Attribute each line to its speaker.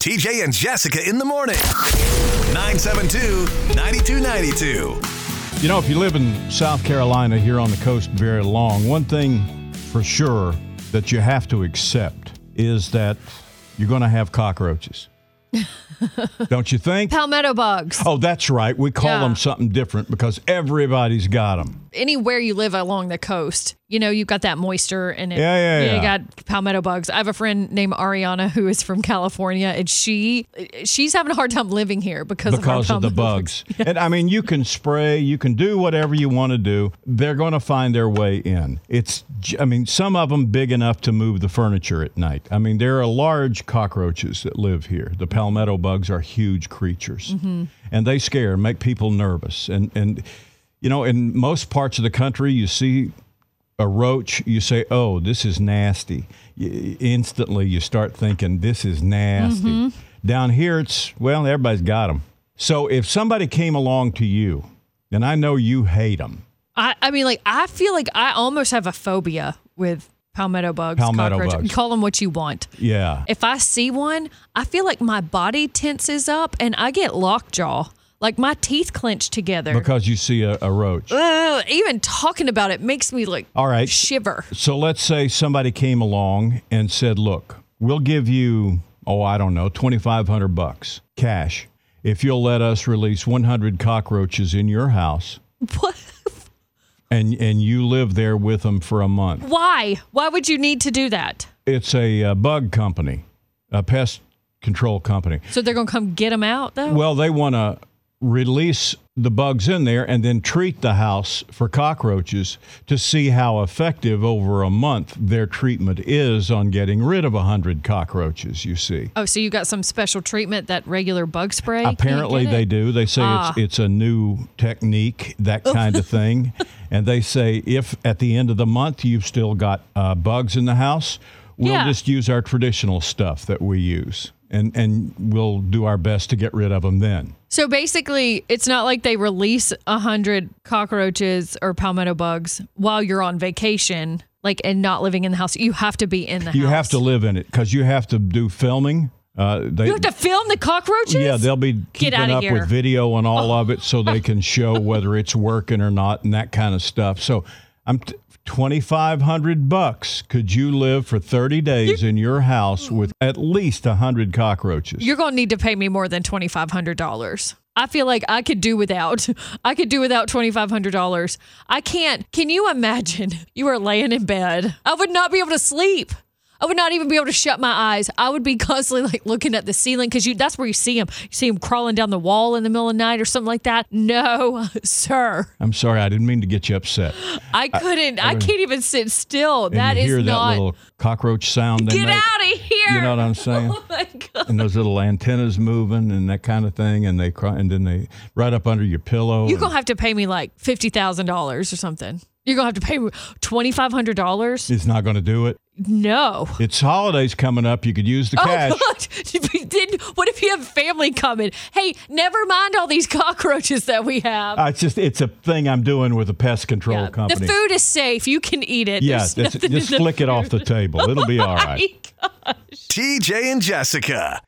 Speaker 1: TJ and Jessica in the morning. 972 9292.
Speaker 2: You know, if you live in South Carolina here on the coast very long, one thing for sure that you have to accept is that you're going to have cockroaches. Don't you think?
Speaker 3: Palmetto bugs.
Speaker 2: Oh, that's right. We call
Speaker 3: Yeah.
Speaker 2: them something different because everybody's got them.
Speaker 3: Anywhere you live along the coast, you know, you've got that moisture and it,
Speaker 2: Yeah, yeah,
Speaker 3: you
Speaker 2: yeah.
Speaker 3: got palmetto bugs. I have a friend named Ariana who is from California and she she's having a hard time living here because,
Speaker 2: Because
Speaker 3: of, our
Speaker 2: of the
Speaker 3: palmetto
Speaker 2: bugs. And I mean, you can spray, you can do whatever you want to do. They're going to find their way in. It's, j- I mean, some of them big enough to move the furniture at night. I mean, there are large cockroaches that live here. The palmetto bugs are huge creatures
Speaker 3: Mm-hmm.
Speaker 2: and they scare, make people nervous. And, and, you know, in most parts of the country, you see a roach, you say, "Oh, this is nasty." Y- instantly, you start thinking, "This is nasty." Down here, it's well, everybody's got them. So if somebody came along to you, and I know you hate them,
Speaker 3: I, I mean, like, I feel like I almost have a phobia with palmetto bugs.
Speaker 2: Palmetto
Speaker 3: cockroach-
Speaker 2: bugs.
Speaker 3: Call them what you want.
Speaker 2: yeah,
Speaker 3: If I see one, I feel like my body tenses up and I get lockjaw. Like my teeth clench together.
Speaker 2: because you see a, a roach.
Speaker 3: Ugh, even talking about it makes me like
Speaker 2: All right.
Speaker 3: shiver.
Speaker 2: So let's say somebody came along and said, "Look, we'll give you oh, I don't know, 2500 bucks cash if you'll let us release 100 cockroaches in your house."
Speaker 3: What?
Speaker 2: And, and you live there with them for a month.
Speaker 3: Why? Why would you need to do that?
Speaker 2: it's a uh, bug company, a pest control company.
Speaker 3: So they're gonna come get them out though.
Speaker 2: Well, they want to release the bugs in there and then treat the house for cockroaches to see how effective over a month their treatment is on getting rid of 100 cockroaches, you see.
Speaker 3: oh, so you got some special treatment that regular bug spray? can't
Speaker 2: Apparently
Speaker 3: get
Speaker 2: they
Speaker 3: it? Ah.
Speaker 2: do. They say it's it's a new technique, that kind of thing. And they say if at the end of the month you've still got uh, bugs in the house, we'll
Speaker 3: Yeah.
Speaker 2: just use our traditional stuff that we use, and and we'll do our best to get rid of them then.
Speaker 3: So basically, it's not like they release a hundred cockroaches or palmetto bugs while you're on vacation, like and not living in the house. You have to be in the house.
Speaker 2: You have to live in it because you have to do filming. Uh, they,
Speaker 3: You have to film the cockroaches.
Speaker 2: Yeah, they'll be keeping
Speaker 3: outta
Speaker 2: up
Speaker 3: here. Oh.
Speaker 2: with video and all of it so they can show whether it's working or not and that kind of stuff. So I'm t- 2500 bucks. Could you live for 30 days in your house with at least 100 cockroaches?
Speaker 3: You're gonna need to pay me more than twenty five hundred dollars. I feel like I could do without. I could do without twenty five hundred dollars. I can't. Can you imagine? You are laying in bed. I would not be able to sleep. I would not even be able to shut my eyes. I would be constantly like looking at the ceiling because you—that's where you see them. You see them crawling down the wall in the middle of the night or something like that. No, sir,
Speaker 2: I'm sorry, I didn't mean to get you upset.
Speaker 3: I couldn't. I, can't even sit still.
Speaker 2: And
Speaker 3: That
Speaker 2: you
Speaker 3: is
Speaker 2: hear that
Speaker 3: not.
Speaker 2: little cockroach sound they
Speaker 3: get
Speaker 2: make.
Speaker 3: out of here!
Speaker 2: You know what I'm saying?
Speaker 3: oh my god.
Speaker 2: And those little antennas moving and that kind of thing, and they cry, and then they right up under your pillow.
Speaker 3: You're
Speaker 2: and-
Speaker 3: gonna have to pay me like fifty thousand dollars or something. You're gonna have to pay me twenty five hundred dollars.
Speaker 2: it's not going to do it.
Speaker 3: No.
Speaker 2: It's holidays coming up. You could use the cash.
Speaker 3: Oh God! Then what if you have family coming? Hey, never mind all these cockroaches that we have.
Speaker 2: Uh, it's just it's a thing I'm doing with a pest control
Speaker 3: Yeah.
Speaker 2: company.
Speaker 3: The food is safe. You can eat it.
Speaker 2: yeah,
Speaker 3: There's
Speaker 2: just,
Speaker 3: nothing in
Speaker 2: just
Speaker 3: the
Speaker 2: flick it off the table. It'll be all right.
Speaker 3: food.
Speaker 1: TJ and Jessica.